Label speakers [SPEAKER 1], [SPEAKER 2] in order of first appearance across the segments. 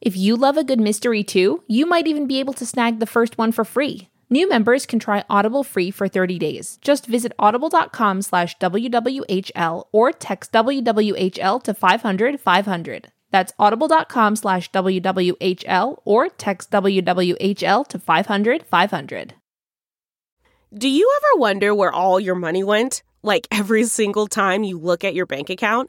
[SPEAKER 1] If you love a good mystery too, you might even be able to snag the first one for free. New members can try Audible free for 30 days. Just visit audible.com slash WWHL or text WWHL to 500 500. That's audible.com slash WWHL or text WWHL to 500 500.
[SPEAKER 2] Do you ever wonder where all your money went? Like every single time you look at your bank account?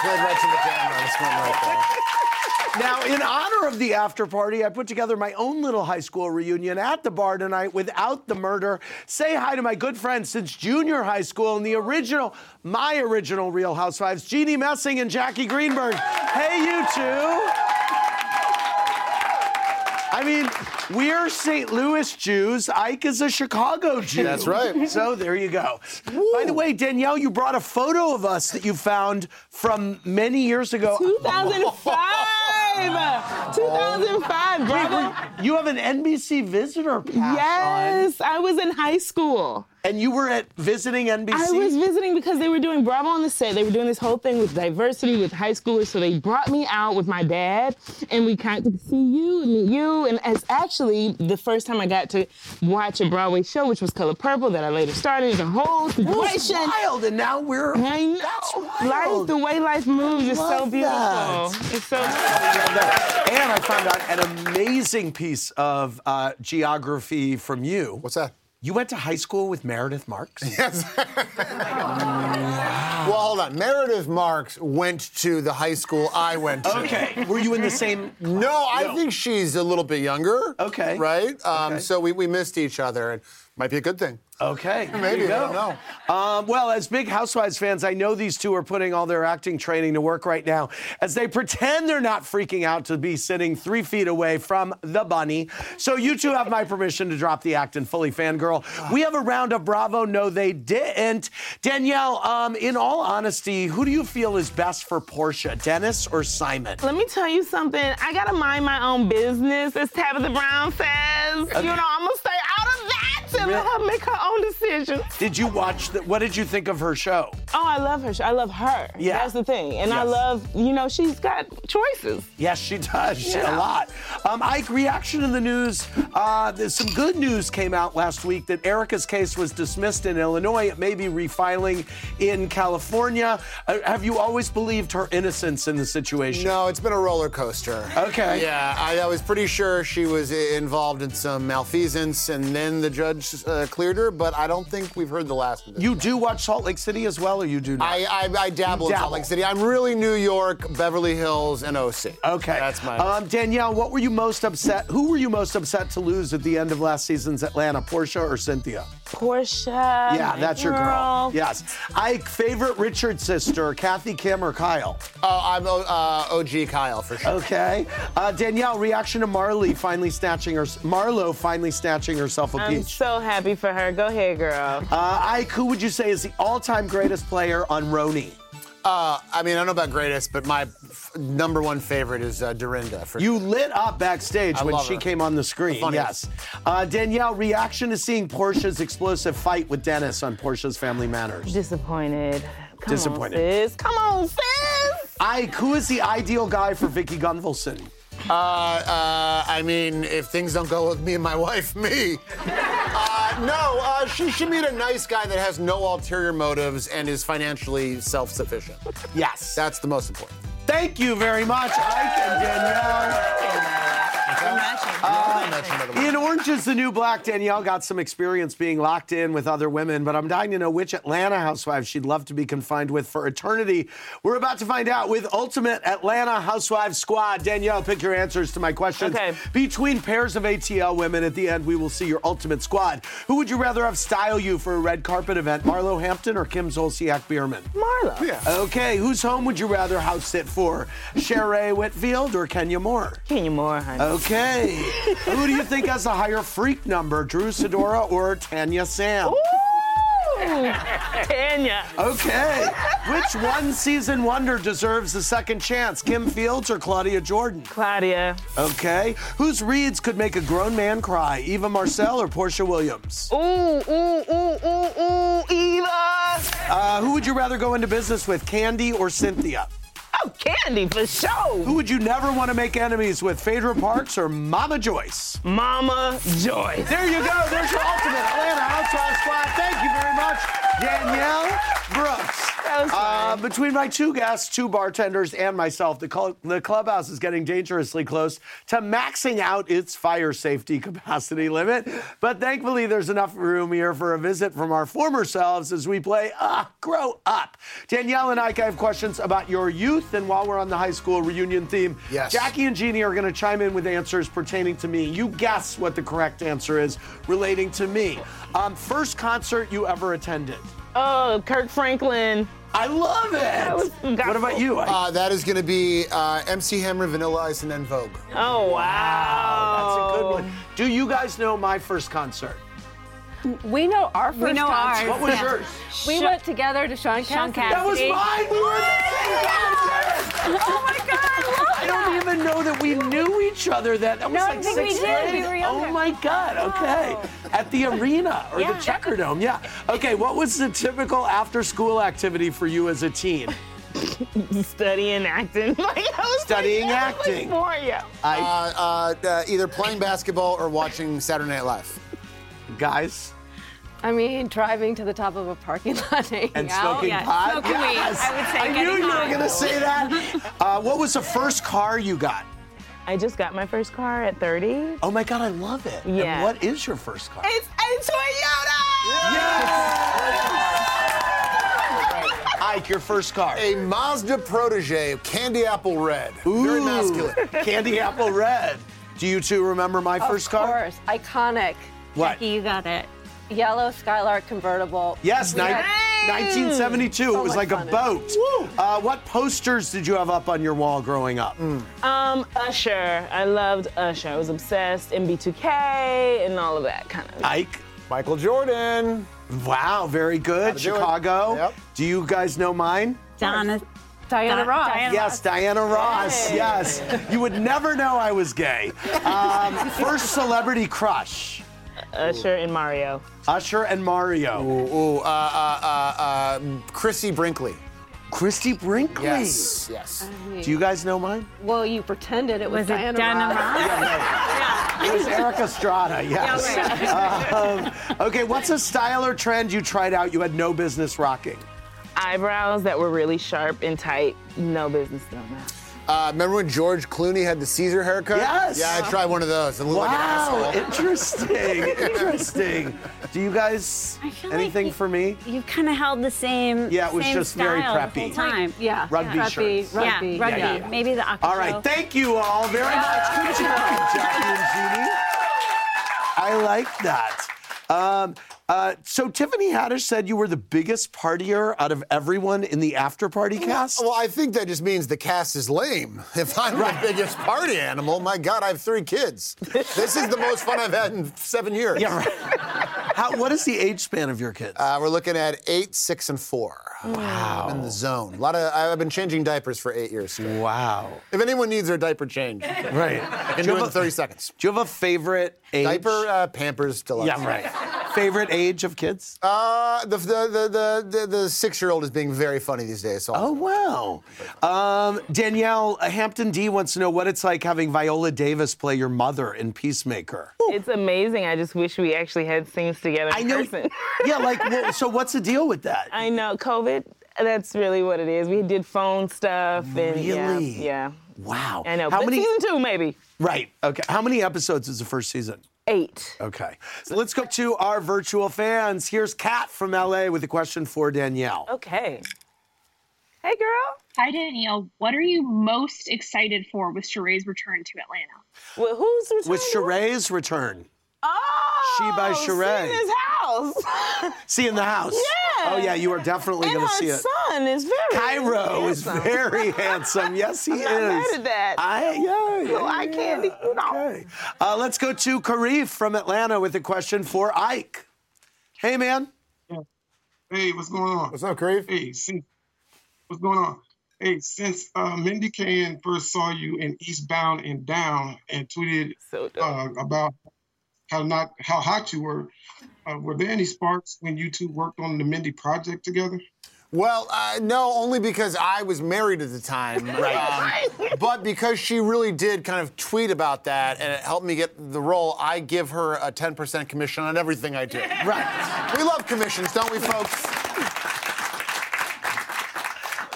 [SPEAKER 3] Played right to the camera. This one right there.
[SPEAKER 4] Now, in honor of the after party, I put together my own little high school reunion at the bar tonight without the murder. Say hi to my good friend since junior high school and the original, my original Real Housewives, Jeannie Messing and Jackie Greenberg. Hey, you two. I mean, we're St. Louis Jews. Ike is a Chicago Jew.
[SPEAKER 3] That's right.
[SPEAKER 4] So there you go. By the way, Danielle, you brought a photo of us that you found from many years ago.
[SPEAKER 5] 2005. 2005, brother.
[SPEAKER 4] You have an NBC visitor pass on,
[SPEAKER 5] Yes, I was in high school.
[SPEAKER 4] and you were at visiting NBC.
[SPEAKER 5] I was visiting because they were doing Bravo on the set. They were doing this whole thing with diversity with high schoolers, so they brought me out with my dad, and we kind of see you and meet you. And it's actually the first time I got to watch a Broadway show, which was Color Purple, that I later started. The whole
[SPEAKER 4] That's
[SPEAKER 5] situation.
[SPEAKER 4] wild, and now we're.
[SPEAKER 5] I know.
[SPEAKER 4] That's
[SPEAKER 5] Life,
[SPEAKER 4] wild.
[SPEAKER 5] the way life moves, is so
[SPEAKER 4] love
[SPEAKER 5] beautiful.
[SPEAKER 4] that.
[SPEAKER 5] It's so.
[SPEAKER 4] And I found out an amazing piece of uh, geography from you.
[SPEAKER 3] What's that?
[SPEAKER 4] You went to high school with Meredith Marks?
[SPEAKER 3] Well, hold on. Meredith Marks went to the high school I went to.
[SPEAKER 4] Okay. Were you in the same?
[SPEAKER 3] No, I think she's a little bit younger.
[SPEAKER 4] Okay.
[SPEAKER 3] Right? Um,
[SPEAKER 4] Okay.
[SPEAKER 3] So we, we missed each other, and might be a good thing.
[SPEAKER 4] Okay. there
[SPEAKER 3] Maybe,
[SPEAKER 4] you
[SPEAKER 3] I don't
[SPEAKER 4] go.
[SPEAKER 3] know.
[SPEAKER 4] Um, well, as big Housewives fans, I know these two are putting all their acting training to work right now as they pretend they're not freaking out to be sitting three feet away from the bunny. So you two have my permission to drop the act and fully fangirl. We have a round of Bravo. No, they didn't. Danielle, um, in all honesty, who do you feel is best for Portia, Dennis or Simon?
[SPEAKER 5] Let me tell you something. I gotta mind my own business, as Tabitha Brown says. You know, I'm gonna stay out of that. to let her make her own decisions.
[SPEAKER 4] Did you watch? The, what did you think of her show?
[SPEAKER 5] Oh, I love her. I love her.
[SPEAKER 4] Yeah.
[SPEAKER 5] That's the thing. And I
[SPEAKER 4] Yes.
[SPEAKER 5] love, you know, she's got choices.
[SPEAKER 4] Yes, she does. She-
[SPEAKER 5] Yeah.
[SPEAKER 4] A lot. Um, Ike, reaction in the news. Uh, there's some good news came out last week that Erica's case was dismissed in Illinois. It may be refiling in California. Uh, have you always believed her innocence in the situation?
[SPEAKER 3] No, it's been a roller coaster.
[SPEAKER 4] Okay.
[SPEAKER 3] Yeah, I, I was pretty sure she was i- involved in some malfeasance, and then the judge uh, cleared her. But I don't think we've heard the last of it.
[SPEAKER 4] You do watch Salt Lake City as well, or you do not?
[SPEAKER 3] I, I, I dabble in
[SPEAKER 4] Dabble.
[SPEAKER 3] Salt Lake City. I'm really New York, Beverly Hills, and OC.
[SPEAKER 4] okay.
[SPEAKER 3] That's my.
[SPEAKER 4] Um, Danielle, what were you most upset? Who were you most upset to lose at the end of last season's Atlanta, Portia or Cynthia?
[SPEAKER 5] Portia.
[SPEAKER 3] Um,
[SPEAKER 4] Yeah,
[SPEAKER 5] my
[SPEAKER 4] that's your girl. Yes. Ike, favorite Richard sister, Kathy, Kim, or Kyle?
[SPEAKER 3] oh, I'm uh, OG Kyle for sure.
[SPEAKER 4] Okay. Uh, Danielle, reaction to Marley finally snatching her, Marlo finally snatching herself a
[SPEAKER 5] I'm
[SPEAKER 4] peach.
[SPEAKER 5] so happy for her. Go ahead, girl.
[SPEAKER 4] uh, Ike, who would you say is the all-time greatest player on Roni?
[SPEAKER 3] Uh, I mean, I don't know about greatest, but my f- number one favorite is uh, Dorinda. For
[SPEAKER 4] You lit up backstage
[SPEAKER 3] I
[SPEAKER 4] when
[SPEAKER 3] love
[SPEAKER 4] she
[SPEAKER 3] her.
[SPEAKER 4] came on the screen.
[SPEAKER 3] funniest.
[SPEAKER 4] yes. Uh, Danielle, reaction to seeing Portia's explosive fight with Dennis on Portia's Family Matters.
[SPEAKER 5] Disappointed. Come
[SPEAKER 4] Disappointed.
[SPEAKER 5] On, sis. Come on, sis.
[SPEAKER 4] Ike, who is the ideal guy for Vicky Gunvalson?
[SPEAKER 3] Uh, uh, I mean, if things don't go with me and my wife, me. Uh, no, uh, she should meet a nice guy that has no ulterior motives and is financially self-sufficient.
[SPEAKER 4] Yes.
[SPEAKER 3] That's the most important.
[SPEAKER 4] Thank you very much, Ike and Danielle.
[SPEAKER 3] Uh, mention, by the way.
[SPEAKER 4] In Orange is the New Black, Danielle got some experience being locked in with other women, but I'm dying to know which Atlanta housewife she'd love to be confined with for eternity. We're about to find out with Ultimate Atlanta Housewives Squad. Danielle, pick your answers to my questions.
[SPEAKER 5] Okay.
[SPEAKER 4] Between pairs of ATL women at the end, we will see your ultimate squad. Who would you rather have style you for a red carpet event, Marlo Hampton or Kim Zolciak Bierman?
[SPEAKER 5] Marla. Yeah.
[SPEAKER 4] Okay, whose home would you rather house sit for, Sheree Whitfield or Kenya Moore?
[SPEAKER 5] Kenya Moore, honey.
[SPEAKER 4] Uh, Okay. Who do you think has a higher freak number, Drew Sidora or Tanya Sam?
[SPEAKER 5] Ooh, Tanya.
[SPEAKER 4] Okay. Which one season wonder deserves the second chance, Kim Fields or Claudia Jordan?
[SPEAKER 5] Claudia.
[SPEAKER 4] Okay. Whose reads could make a grown man cry, Eva Marcel or Portia Williams?
[SPEAKER 5] Ooh, ooh, ooh, ooh, ooh, Eva.
[SPEAKER 4] Uh, who would you rather go into business with, Candy or Cynthia?
[SPEAKER 5] Oh, Candy for sure.
[SPEAKER 4] Who would you never want to make enemies with, Phaedra Parks or Mama Joyce?
[SPEAKER 5] Mama Joyce.
[SPEAKER 4] There you go. There's your ultimate Atlanta Housewives squad. Thank you very much, Danielle Brooks.
[SPEAKER 5] That was
[SPEAKER 4] Uh,
[SPEAKER 5] fun.
[SPEAKER 4] between my two guests, two bartenders, and myself, the, cl- the clubhouse is getting dangerously close to maxing out its fire safety capacity limit. But thankfully, there's enough room here for a visit from our former selves as we play Ah, Grow Up. Danielle and Ike, I have questions about your youth. And while we're on the high school reunion theme,
[SPEAKER 3] Yes.
[SPEAKER 4] Jackie and Jeannie are going to chime in with answers pertaining to me. You guess what the correct answer is relating to me. Um, first concert you ever attended.
[SPEAKER 5] Oh, Kirk Franklin.
[SPEAKER 4] I love
[SPEAKER 5] was
[SPEAKER 4] it. What
[SPEAKER 5] gospel.
[SPEAKER 4] about you? Ike?
[SPEAKER 3] Uh, that is going to be uh, MC Hammer, Vanilla Ice, and then Vogue.
[SPEAKER 5] Oh, wow.
[SPEAKER 4] That's a good one.
[SPEAKER 6] Oh.
[SPEAKER 4] Do you guys know my first concert?
[SPEAKER 7] We know our first
[SPEAKER 6] We know
[SPEAKER 7] concert.
[SPEAKER 6] ours.
[SPEAKER 4] What was yours?
[SPEAKER 7] We went together to Sean
[SPEAKER 6] Sean
[SPEAKER 7] Cassidy.
[SPEAKER 4] That was
[SPEAKER 6] Cassidy.
[SPEAKER 4] mine. We were at the same concert.
[SPEAKER 6] Oh my God,
[SPEAKER 4] I
[SPEAKER 6] I love
[SPEAKER 4] don't even know that we knew each other. That that was
[SPEAKER 6] No, I
[SPEAKER 4] like
[SPEAKER 6] think we
[SPEAKER 4] sixth
[SPEAKER 6] did. We
[SPEAKER 4] grade.
[SPEAKER 6] were
[SPEAKER 4] oh
[SPEAKER 6] younger.
[SPEAKER 4] my God. Okay. At the arena or the
[SPEAKER 6] Yeah.
[SPEAKER 4] Checker Dome. Yeah. Okay. What was the typical after-school activity for you as a teen?
[SPEAKER 5] Studying acting. Like, I was
[SPEAKER 4] Studying
[SPEAKER 5] like, that was
[SPEAKER 4] acting.
[SPEAKER 5] Like, for you.
[SPEAKER 4] I
[SPEAKER 3] Uh, uh, uh, either playing basketball or watching Saturday Night Live.
[SPEAKER 4] guys
[SPEAKER 7] I mean, driving to the top of a parking lot. hanging
[SPEAKER 4] and
[SPEAKER 7] out.
[SPEAKER 4] smoking
[SPEAKER 6] yeah,
[SPEAKER 4] pot.
[SPEAKER 6] smoking weed.
[SPEAKER 4] Yes.
[SPEAKER 6] I would say
[SPEAKER 4] I knew
[SPEAKER 6] getting
[SPEAKER 4] you were
[SPEAKER 6] high.
[SPEAKER 4] gonna say that. Uh, what was the first car you got?
[SPEAKER 5] I just got my first car at 30.
[SPEAKER 4] Oh my God, I love it. And
[SPEAKER 5] Yeah.
[SPEAKER 4] what is your first car?
[SPEAKER 5] It's a Toyota!
[SPEAKER 4] Yes! Ike, your first car.
[SPEAKER 3] A Mazda Protege, Candy Apple Red. Very
[SPEAKER 4] Ooh.
[SPEAKER 3] masculine.
[SPEAKER 4] Candy apple red. Do you two remember my
[SPEAKER 7] Of
[SPEAKER 4] first car?
[SPEAKER 7] course, iconic
[SPEAKER 4] What?
[SPEAKER 6] it. You got it.
[SPEAKER 7] yellow Skylark convertible.
[SPEAKER 4] Yes, ni-
[SPEAKER 7] We had-
[SPEAKER 4] 1972. it was
[SPEAKER 7] much
[SPEAKER 4] like a
[SPEAKER 7] fun in it.
[SPEAKER 4] boat. Uh, what posters did you have up on your wall growing up?
[SPEAKER 5] Um, Usher. I loved Usher. I was obsessed. MB2K and all of that kind of.
[SPEAKER 4] Ike.
[SPEAKER 3] Michael Jordan.
[SPEAKER 4] Wow, very good.
[SPEAKER 3] do it.
[SPEAKER 4] Chicago.
[SPEAKER 3] Yep.
[SPEAKER 4] Do you guys know mine?
[SPEAKER 6] Donna.
[SPEAKER 7] Diana
[SPEAKER 6] Di-
[SPEAKER 7] Ross.
[SPEAKER 6] Diana
[SPEAKER 4] Yes, Diana Ross. Yes. You would never know I was gay. Um, first celebrity crush.
[SPEAKER 5] Usher and Mario.
[SPEAKER 4] Usher and Mario.
[SPEAKER 3] Ooh, ooh, uh, uh, uh, uh, Chrissy Brinkley.
[SPEAKER 4] Christy Brinkley.
[SPEAKER 3] Yes, yes.
[SPEAKER 4] Do you guys know mine?
[SPEAKER 7] Well, you pretended it was,
[SPEAKER 6] Was it
[SPEAKER 7] Diana,
[SPEAKER 6] Diana
[SPEAKER 7] Ross.
[SPEAKER 6] Ross?
[SPEAKER 4] It was Eric Estrada, yes. Um, okay, what's a style or trend you tried out you had no business rocking?
[SPEAKER 5] Eyebrows that were really sharp and tight. No business doing that.
[SPEAKER 3] Uh, remember when George Clooney had the Caesar haircut?
[SPEAKER 4] Yes.
[SPEAKER 3] Yeah, I tried one of those. It looked like an
[SPEAKER 4] Wow,
[SPEAKER 3] asshole.
[SPEAKER 4] interesting, interesting. Do you guys,
[SPEAKER 6] I feel like
[SPEAKER 4] anything
[SPEAKER 6] you-
[SPEAKER 4] for me?
[SPEAKER 6] You kind of held the same.
[SPEAKER 4] Yeah, it was
[SPEAKER 6] same
[SPEAKER 4] just
[SPEAKER 6] style
[SPEAKER 4] very
[SPEAKER 6] The
[SPEAKER 4] preppy.
[SPEAKER 6] whole time.
[SPEAKER 7] Yeah.
[SPEAKER 4] Rugby
[SPEAKER 7] Rugby,
[SPEAKER 4] shirts.
[SPEAKER 6] Yeah,
[SPEAKER 7] rugby.
[SPEAKER 6] rugby.
[SPEAKER 4] yeah, yeah.
[SPEAKER 6] Maybe the acapella.
[SPEAKER 4] All right, thank you all very much. Good job, Jackie and Jeannie. I like that. Um, uh, so Tiffany Haddish said you were the biggest partier out of everyone in the after party cast.
[SPEAKER 3] Well, I think that just means the cast is lame. If I'm the biggest party animal, my God, I have three kids. This is the most fun I've had in seven years.
[SPEAKER 4] Yeah, right. How, what is the age span of your kids?
[SPEAKER 3] Uh, we're looking at eight, six, and four. Wow. I'm in the zone. A lot of I've been changing diapers for eight years. straight.
[SPEAKER 4] wow.
[SPEAKER 3] If anyone needs their diaper change, I
[SPEAKER 4] Right.
[SPEAKER 3] can do it in 30 seconds.
[SPEAKER 4] Do you have a favorite age?
[SPEAKER 3] Diaper, uh, Pampers, Deluxe.
[SPEAKER 4] Yeah, right. favorite age of kids?
[SPEAKER 3] Uh, the, the, the, the, the, the six-year-old is being very funny these days. So
[SPEAKER 4] oh, wow. Um, Danielle uh, Hampton D wants to know what it's like having Viola Davis play your mother in Peacemaker.
[SPEAKER 5] It's amazing. I just wish we actually had scenes together. In
[SPEAKER 4] I know.
[SPEAKER 5] Person.
[SPEAKER 4] yeah, like, well, so what's the deal with that?
[SPEAKER 5] I know. COVID. That's really what it is. We did phone stuff and yeah,
[SPEAKER 4] Really?
[SPEAKER 5] yeah.
[SPEAKER 4] wow.
[SPEAKER 5] I know.
[SPEAKER 4] How
[SPEAKER 5] but
[SPEAKER 4] many?
[SPEAKER 5] Season two, maybe
[SPEAKER 4] Right. Okay. How many episodes is the first season?
[SPEAKER 5] eight.
[SPEAKER 4] Okay. So let's go to our virtual fans. Here's Kat from LA with a question for Danielle.
[SPEAKER 5] Okay. Hey, girl.
[SPEAKER 8] Hi, Danielle. What are you most excited for with Sheree's return to Atlanta?
[SPEAKER 5] Well, who's returning?
[SPEAKER 4] With Sheree's return.
[SPEAKER 5] Oh,
[SPEAKER 4] She by
[SPEAKER 5] see
[SPEAKER 4] Sheree.
[SPEAKER 5] His house.
[SPEAKER 4] See in the house.
[SPEAKER 5] Yeah.
[SPEAKER 4] Oh yeah, you are definitely
[SPEAKER 5] and
[SPEAKER 4] gonna
[SPEAKER 5] her
[SPEAKER 4] see it.
[SPEAKER 5] son is very
[SPEAKER 4] Cairo is
[SPEAKER 5] handsome.
[SPEAKER 4] very handsome. Yes, he
[SPEAKER 5] not mad
[SPEAKER 4] is.
[SPEAKER 5] at that.
[SPEAKER 4] I yeah. yeah,
[SPEAKER 5] eye
[SPEAKER 4] yeah.
[SPEAKER 5] candy, you know.
[SPEAKER 4] Okay. Uh, let's go to Karif from Atlanta with a question for Ike. Hey man.
[SPEAKER 9] Hey, what's going on?
[SPEAKER 3] What's up, Crave?
[SPEAKER 9] Hey, since, what's going on? Hey, since uh, Mindy Kaling first saw you in Eastbound and Down and tweeted
[SPEAKER 5] So dope.
[SPEAKER 9] uh, about how not how hot you were, uh, were there any sparks when you two worked on the Mindy project together?
[SPEAKER 3] Well, uh, no, only because I was married at the time. Right. but because she really did kind of tweet about that and it helped me get the role, I give her a 10% commission on everything I do.
[SPEAKER 4] Right.
[SPEAKER 3] We love commissions, don't we, folks?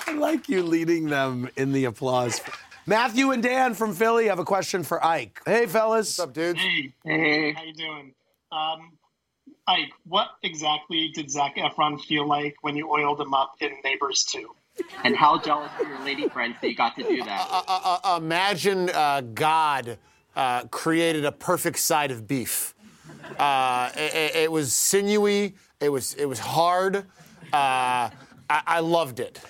[SPEAKER 4] I like you leading them in the applause. Matthew and Dan from Philly have a question for Ike. Hey fellas.
[SPEAKER 3] What's up, dudes?
[SPEAKER 10] Hey, how you doing? Um, Ike, what exactly did Zach Efron feel like when you oiled him up in Neighbors 2?
[SPEAKER 11] And how jealous were your lady friends that you got to do that?
[SPEAKER 3] Imagine uh, God uh, created a perfect side of beef. Uh, it, it- it was sinewy. It was it was hard. Uh, I, I loved it.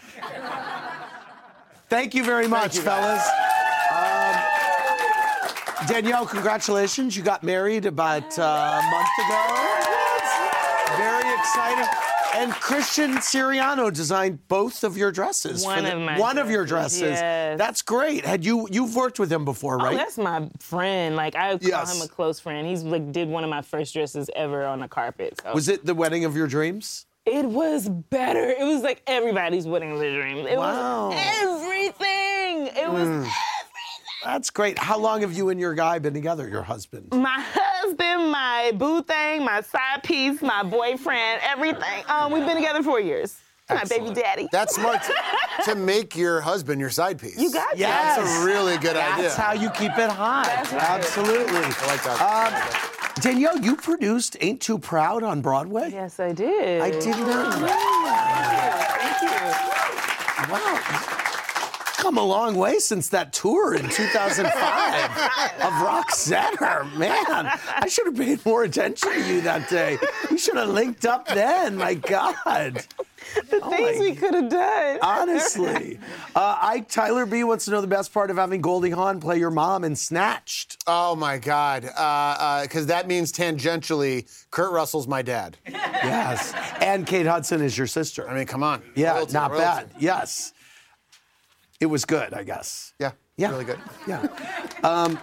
[SPEAKER 4] Thank you very much,
[SPEAKER 3] you,
[SPEAKER 4] fellas. Um, Danielle, congratulations. You got married about uh, a month ago. Very exciting. And Christian Siriano designed both of your dresses. for
[SPEAKER 5] One of my
[SPEAKER 4] one of your
[SPEAKER 5] dresses,
[SPEAKER 4] dresses.
[SPEAKER 5] yes.
[SPEAKER 4] That's great. Had you you've worked with him before,
[SPEAKER 5] Oh,
[SPEAKER 4] right?
[SPEAKER 5] that's my friend. Like I would
[SPEAKER 4] Yes.
[SPEAKER 5] call him a close friend. He's like did one of my first dresses ever on the carpet. So.
[SPEAKER 4] Was it the wedding of your dreams?
[SPEAKER 5] It was better. It was like everybody's wedding of their dreams. It
[SPEAKER 4] Wow. Mm.
[SPEAKER 5] was everything. It was everything.
[SPEAKER 4] That's great. How long have you and your guy been together, your husband?
[SPEAKER 5] My husband, my boo thing, my side piece, my boyfriend, everything. Um, we've been together four years. My baby daddy.
[SPEAKER 3] That's smart to, to make your husband your side piece.
[SPEAKER 5] you got
[SPEAKER 4] Yes.
[SPEAKER 5] that.
[SPEAKER 3] That's a really good idea.
[SPEAKER 4] That's how you Uh, keep it hot. Absolutely.
[SPEAKER 3] I like that.
[SPEAKER 4] Danielle, you produced Ain't Too Proud on Broadway?
[SPEAKER 5] Yes, I did.
[SPEAKER 4] I did not know that. Wow. Come a long way since that tour in 2005 of Rock Center. Man, I should have paid more attention to you that day. We should have linked up then. My God.
[SPEAKER 5] The things
[SPEAKER 3] Oh
[SPEAKER 4] my
[SPEAKER 5] we could have done.
[SPEAKER 4] Honestly. Uh, Ike Tyler B wants to know the best part of having Goldie Hawn play your mom in Snatched.
[SPEAKER 3] oh my God. Because uh, 'cause that means tangentially, Kurt Russell's my dad.
[SPEAKER 4] Yes. And Kate Hudson is your sister.
[SPEAKER 3] I mean, come on.
[SPEAKER 4] yeah,
[SPEAKER 3] Royalty,
[SPEAKER 4] not
[SPEAKER 3] royalty.
[SPEAKER 4] bad. Yes. It was good, I guess.
[SPEAKER 3] Yeah.
[SPEAKER 4] Yeah.
[SPEAKER 3] Really good.
[SPEAKER 4] Yeah. Um,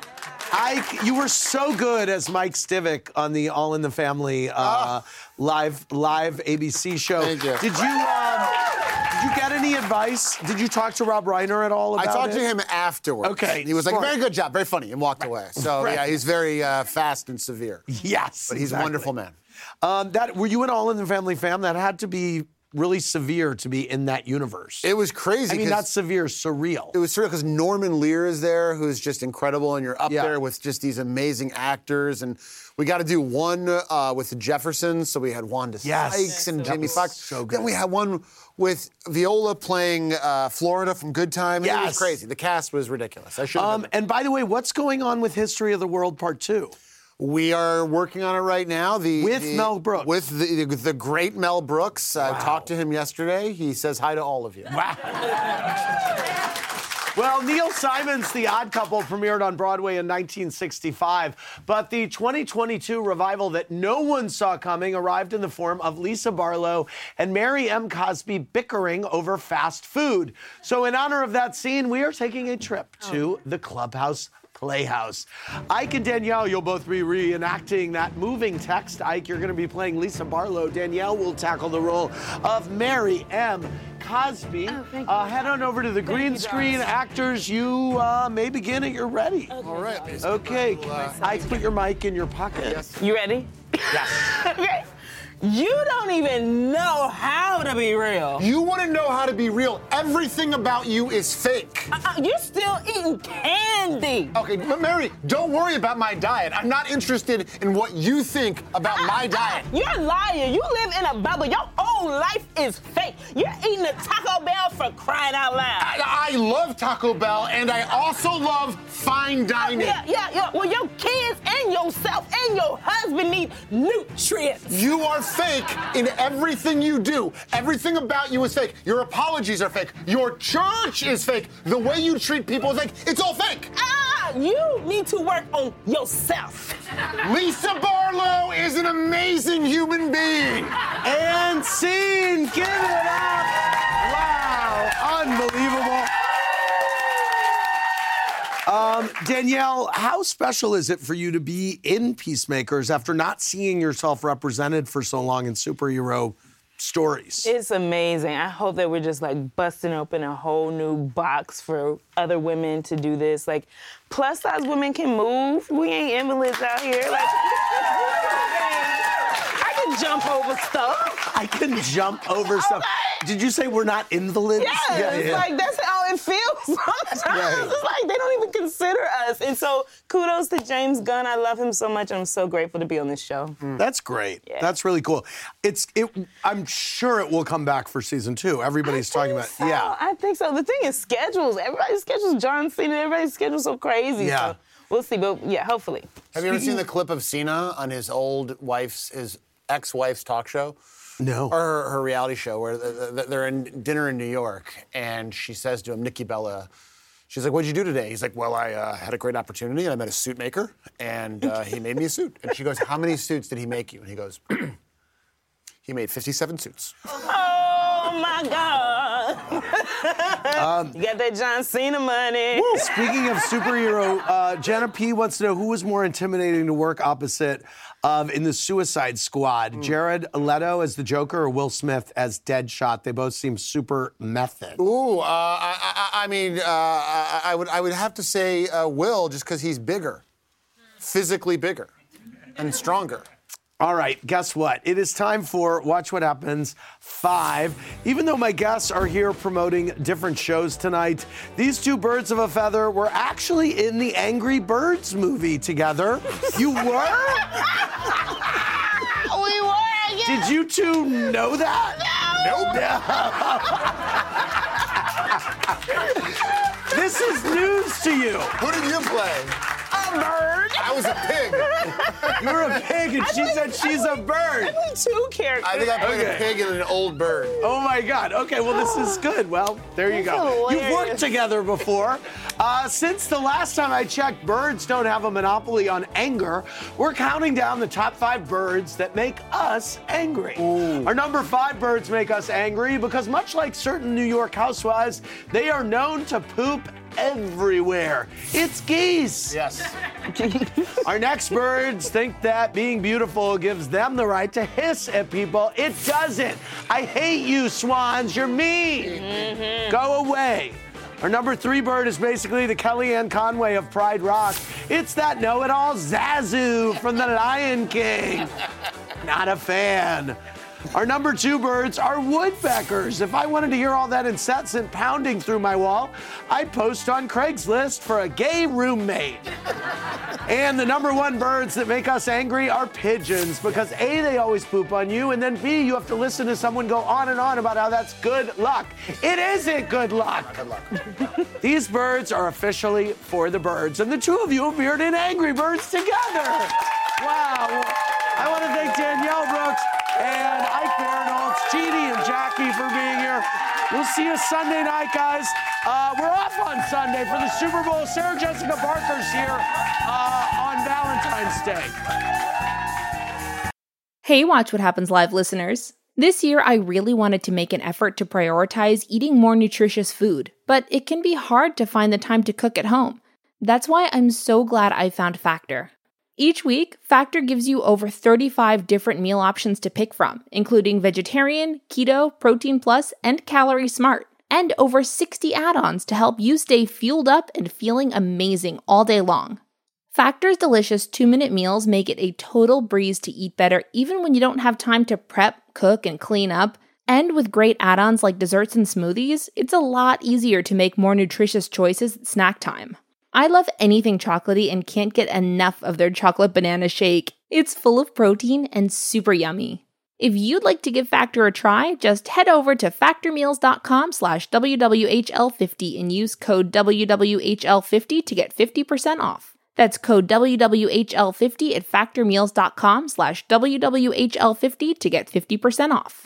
[SPEAKER 4] Ike, you were so good as Mike Stivic on the All in the Family uh, live live ABC show.
[SPEAKER 3] Ah. Thank you.
[SPEAKER 4] Did you um, did you get any advice? Did you talk to Rob Reiner at all?
[SPEAKER 3] I
[SPEAKER 4] About
[SPEAKER 3] talked to
[SPEAKER 4] it?
[SPEAKER 3] him afterwards.
[SPEAKER 4] Okay,
[SPEAKER 3] He was
[SPEAKER 4] smart.
[SPEAKER 3] like, very good job, very funny, and walked away. So,
[SPEAKER 4] Right.
[SPEAKER 3] yeah, he's very uh, fast and severe.
[SPEAKER 4] Yes,
[SPEAKER 3] But he's a
[SPEAKER 4] exactly.
[SPEAKER 3] wonderful man.
[SPEAKER 4] Um, that were you an All in the Family fam? That had to be really severe to be in that universe.
[SPEAKER 3] It was crazy.
[SPEAKER 4] I mean,
[SPEAKER 3] 'cause-
[SPEAKER 4] not severe, surreal.
[SPEAKER 3] it was surreal because Norman Lear is there, who's just incredible, and you're up
[SPEAKER 4] Yeah.
[SPEAKER 3] there with just these amazing actors. And we got to do one uh, with the Jeffersons, so we had Wanda
[SPEAKER 4] Yes.
[SPEAKER 3] Sykes and
[SPEAKER 4] That
[SPEAKER 3] Jamie
[SPEAKER 4] was
[SPEAKER 3] Foxx.
[SPEAKER 4] so
[SPEAKER 3] Then
[SPEAKER 4] good.
[SPEAKER 3] we had one with Viola playing uh, Florida from Good Time. It
[SPEAKER 4] Yes.
[SPEAKER 3] was crazy. The cast was ridiculous. I should.
[SPEAKER 4] Um, and by the way, what's going on with History of the World Part Two?
[SPEAKER 3] We are working on it right now. The
[SPEAKER 4] With
[SPEAKER 3] the-
[SPEAKER 4] Mel Brooks.
[SPEAKER 3] with the, the, great Mel Brooks. I talked to him yesterday. He says hi to all of you.
[SPEAKER 4] Well, Neil Simon's The Odd Couple premiered on Broadway in 1965, but the 2022 revival that no one saw coming arrived in the form of Lisa Barlow and Mary M. Cosby bickering over fast food. So, in honor of that scene, we are taking a trip to the clubhouse. Playhouse. Ike and Danielle, you'll both be reenacting that moving text. Ike, you're going to be playing Lisa Barlow. Danielle will tackle the role of Mary M. Cosby. Uh, head on over to the green screen. Actors, you uh, may begin it. You're ready.
[SPEAKER 3] all right. Miss- uh,
[SPEAKER 4] Okay, Ike, put your mic in your pocket.
[SPEAKER 5] You ready? okay. You don't even know how to be real.
[SPEAKER 3] You want to know how to be real? Everything about you is fake.
[SPEAKER 5] Uh, you're still eating candy.
[SPEAKER 3] Okay, but Mary, don't worry about my diet. I'm not interested in what you think about my diet.
[SPEAKER 5] You're a liar. You live in a bubble. Your own life is fake. You're eating a Taco Bell for crying out loud.
[SPEAKER 3] I, I love Taco Bell and I also love fine dining.
[SPEAKER 5] Oh, Yeah, yeah, yeah. Well, your kids and yourself and your husband need nutrients.
[SPEAKER 3] You are fake in everything you do. Everything about you is fake. Your apologies are fake. Your church is fake. The way you treat people is fake. It's all fake.
[SPEAKER 5] Ah, you need to work on yourself.
[SPEAKER 3] Lisa Barlow is an amazing human being.
[SPEAKER 4] And scene. Give it up. Wow. Unbelievable. Um, Danielle, how special is it for you to be in Peacemakers after not seeing yourself represented for so long in superhero stories?
[SPEAKER 5] It's amazing. I hope that we're just like busting open a whole new box for other women to do this. Like, plus size women can move. We ain't invalids out here. Like, I can jump over stuff.
[SPEAKER 4] I can jump over stuff. Did you say we're not invalids?
[SPEAKER 5] Oh Yes, like that's how it feels sometimes.
[SPEAKER 4] Right.
[SPEAKER 5] It's like they don't even consider us. And so, kudos to James Gunn. I love him so much. I'm so grateful to be on this show.
[SPEAKER 4] That's great. That's really cool. It's it. I'm sure it will come back for season two. Everybody's talking about.
[SPEAKER 5] So,
[SPEAKER 4] Yeah.
[SPEAKER 5] I think so. The thing is schedules. Everybody's schedules. John Cena. Everybody's schedules so crazy.
[SPEAKER 4] Yeah.
[SPEAKER 5] So we'll see, but yeah, hopefully.
[SPEAKER 3] Have you ever seen the clip of Cena on his old wife's, his ex-wife's talk show?
[SPEAKER 4] No.
[SPEAKER 3] Or her, her reality show where th- th- they're in dinner in New York, and she says to him, Nikki Bella, she's like, "What'd you do today?" He's like, "Well, I uh, had a great opportunity, and I met a suit maker, and uh, he made me a suit." And she goes, "How many suits did he make you?" And he goes. He made 57 suits.
[SPEAKER 5] Oh my God.
[SPEAKER 4] Um,
[SPEAKER 5] you got that John Cena money.
[SPEAKER 4] Speaking of superhero, uh, Jenna P wants to know who was more intimidating to work opposite of in the Suicide Squad: Jared Leto as the Joker or Will Smith as Deadshot? They both seem super method.
[SPEAKER 3] Ooh, uh, I, I, I mean, uh, I, I would, I would have to say uh, Will just because he's bigger, physically bigger, and stronger.
[SPEAKER 4] All right, guess what? It is time for Watch What Happens 5. Even though my guests are here promoting different shows tonight, these two birds of a feather were actually in the Angry Birds movie together. You were?
[SPEAKER 5] We were again.
[SPEAKER 4] Did you two know that? Nope. this is news to you.
[SPEAKER 3] Who did you play?
[SPEAKER 5] A bird.
[SPEAKER 3] I was a pig.
[SPEAKER 4] You're a pig, and she said she's a bird.
[SPEAKER 5] Only two characters.
[SPEAKER 3] I think I played
[SPEAKER 4] Okay.
[SPEAKER 3] a pig and an old bird.
[SPEAKER 4] Oh my God. Okay, well, this is good. Well, there you
[SPEAKER 5] That's
[SPEAKER 4] go. You've worked
[SPEAKER 5] hilarious.
[SPEAKER 4] together before. Uh, since the last time I checked, birds don't have a monopoly on anger. We're counting down the top five birds that make us angry. Our number five birds make us angry because, much like certain New York housewives, they are known to poop everywhere. It's geese.
[SPEAKER 3] Yes.
[SPEAKER 4] Our next birds think that being beautiful gives them the right to hiss at people. It doesn't. I hate you, swans. You're mean. Go away. Our number three bird is basically the Kellyanne Conway of Pride Rock. It's that know it all Zazu from The Lion King. Not a fan. Our number two birds are woodpeckers. If I wanted to hear all that incessant pounding through my wall, I'd post on Craigslist for a gay roommate. And the number one birds that make us angry are pigeons because A, they always poop on you, and then B, you have to listen to someone go on and on about how that's good luck. It isn't good luck. These birds are officially for the birds, and the two of you appeared in Angry Birds together. Wow. I want to thank Danielle Brooks and Ike Barinholtz, Jeannie, and Jackie for being here. We'll see you Sunday night, guys. Uh, we're off on Sunday for the Super Bowl. Sarah Jessica Parker's here uh, on Valentine's Day.
[SPEAKER 1] Hey, Watch What Happens Live listeners. This year, I really wanted to make an effort to prioritize eating more nutritious food, but it can be hard to find the time to cook at home. That's why I'm so glad I found Factor. Each week, Factor gives you over 35 different meal options to pick from, including vegetarian, keto, protein plus, and calorie smart, and over 60 add ons to help you stay fueled up and feeling amazing all day long. Factor's delicious two minute meals make it a total breeze to eat better, even when you don't have time to prep, cook, and clean up. And with great add ons like desserts and smoothies, it's a lot easier to make more nutritious choices at snack time. I love anything chocolatey and can't get enough of their chocolate banana shake. It's full of protein and super yummy. If you'd like to give Factor a try, just head over to factormeals.com slash WWHL50 and use code WWHL50 to get 50% off. That's code WWHL50 at factormeals.com slash WWHL50 to get 50% off.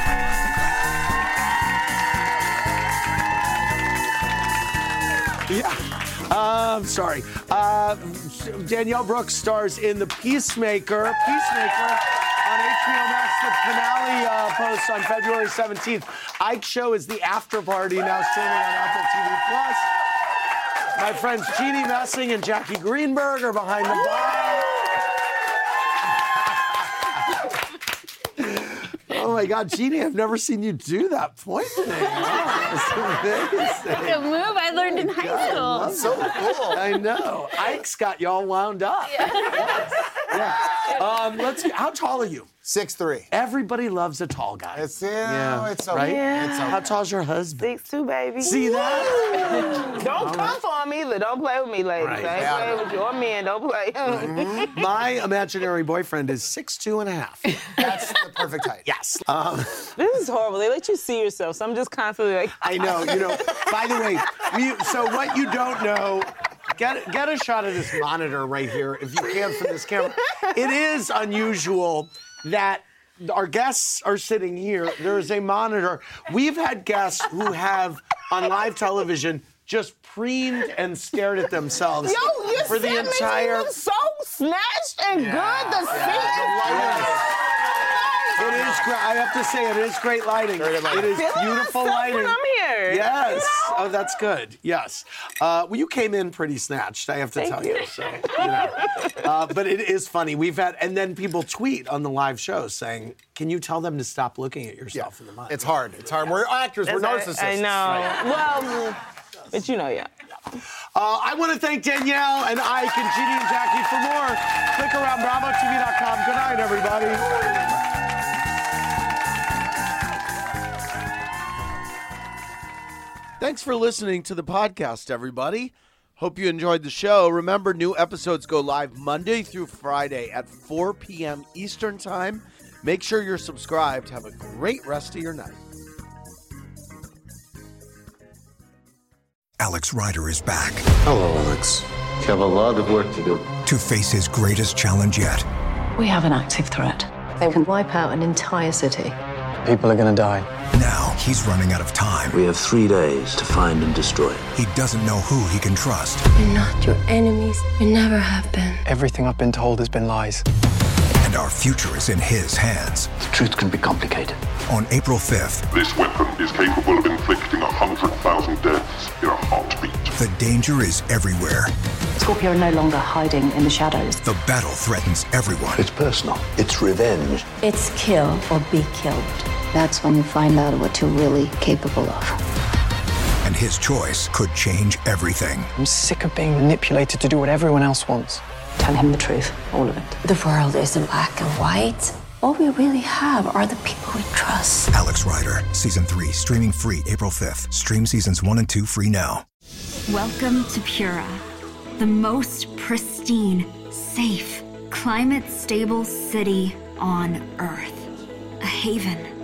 [SPEAKER 4] Yeah. Uh, I'm sorry. Uh, Danielle Brooks stars in The Peacemaker. Peacemaker on HBO Max. The finale uh, posts on February 17th. Ike Show is the after party now streaming on Apple TV Plus. My friends Jeannie Messing and Jackie Greenberg are behind the bar. Oh my God, Jeannie, I've never seen you do that point thing. Wow, that's amazing.
[SPEAKER 6] Like a move I learned in high
[SPEAKER 4] God, I
[SPEAKER 6] school.
[SPEAKER 4] love that. I know. Ike's got y'all wound up. Yes. Yeah. Um, let's. How tall are you?
[SPEAKER 3] Six three.
[SPEAKER 4] Everybody loves a tall guy. It's
[SPEAKER 3] yeah, it's okay.
[SPEAKER 4] Right?
[SPEAKER 3] It's okay.
[SPEAKER 4] How tall's your husband?
[SPEAKER 5] Six two, baby.
[SPEAKER 4] See that?
[SPEAKER 5] Don't come for him either. Don't play with me, ladies.
[SPEAKER 4] Right.
[SPEAKER 5] I ain't playing with
[SPEAKER 4] Yeah. Mm-hmm.
[SPEAKER 5] your men. Don't play.
[SPEAKER 4] My imaginary boyfriend is six two and a half.
[SPEAKER 3] That's the perfect height.
[SPEAKER 4] Yes. Um,
[SPEAKER 5] This is horrible. They let you see yourself, so I'm just constantly like.
[SPEAKER 4] I know. You know. By the way, we, so what you don't know. Get, get a shot of this monitor right here, if you can, from this camera. It is unusual that our guests are sitting here. There is a monitor. We've had guests who have on live television just preened and stared at themselves
[SPEAKER 5] Yo, you
[SPEAKER 4] for the
[SPEAKER 5] said me you
[SPEAKER 4] entire.
[SPEAKER 5] look so snatched and good. The
[SPEAKER 4] Yeah. It is great. I have to say, it is great lighting. It is
[SPEAKER 5] Feeling
[SPEAKER 4] beautiful
[SPEAKER 5] myself
[SPEAKER 4] lighting.
[SPEAKER 5] when I'm here.
[SPEAKER 4] Yes. Oh, that's good. Yes. Uh, well, you came in pretty snatched. I have to
[SPEAKER 5] Thank
[SPEAKER 4] tell
[SPEAKER 5] you.
[SPEAKER 4] you. So, you know. uh, but it is funny. We've had, and then people tweet on the live show saying, "Can you tell them to stop looking at yourself in the mirror?"
[SPEAKER 3] It's hard. It's hard. We're actors. We're
[SPEAKER 5] That's-
[SPEAKER 3] narcissists.
[SPEAKER 5] I, I know. Well, but you know, yeah.
[SPEAKER 4] Uh, I want to thank Danielle and Ike and Jeannie and Jackie for more. Click around BravoTV.com. Good night, everybody. Thanks for listening to the podcast, everybody. Hope you enjoyed the show. Remember, new episodes go live Monday through Friday at 4 p.m. Eastern Time. Make sure you're subscribed. Have a great rest of your night.
[SPEAKER 12] Alex Ryder is back
[SPEAKER 13] Hello, Alex. You have a lot of work to do.
[SPEAKER 12] to face his greatest challenge yet.
[SPEAKER 14] We have an active threat. They can wipe out an entire city.
[SPEAKER 13] People are going to die.
[SPEAKER 12] Now he's running out of time.
[SPEAKER 13] We have three days to find and destroy.
[SPEAKER 12] He doesn't know who he can trust.
[SPEAKER 15] We're not your enemies. We never have been.
[SPEAKER 13] Everything I've been told has been lies.
[SPEAKER 12] And our future is in his hands.
[SPEAKER 13] The truth can be complicated.
[SPEAKER 12] On April 5th,
[SPEAKER 16] This weapon is capable of inflicting 100,000 deaths in a heartbeat.
[SPEAKER 12] the danger is everywhere.
[SPEAKER 14] Scorpio are no longer hiding in the shadows.
[SPEAKER 12] The battle threatens everyone.
[SPEAKER 13] It's personal. It's revenge.
[SPEAKER 14] It's kill or be killed. That's when you find out what you're really capable of.
[SPEAKER 12] And his choice could change everything.
[SPEAKER 13] I'm sick of being manipulated to do what everyone else wants.
[SPEAKER 14] Tell him the truth, all of it. The world isn't black and white. All we really have are the people we trust.
[SPEAKER 12] Alex Ryder, Season 3, streaming free April 5th. Stream Seasons 1 and 2 free now.
[SPEAKER 17] Welcome to Pura, the most pristine, safe, climate stable city on Earth. A haven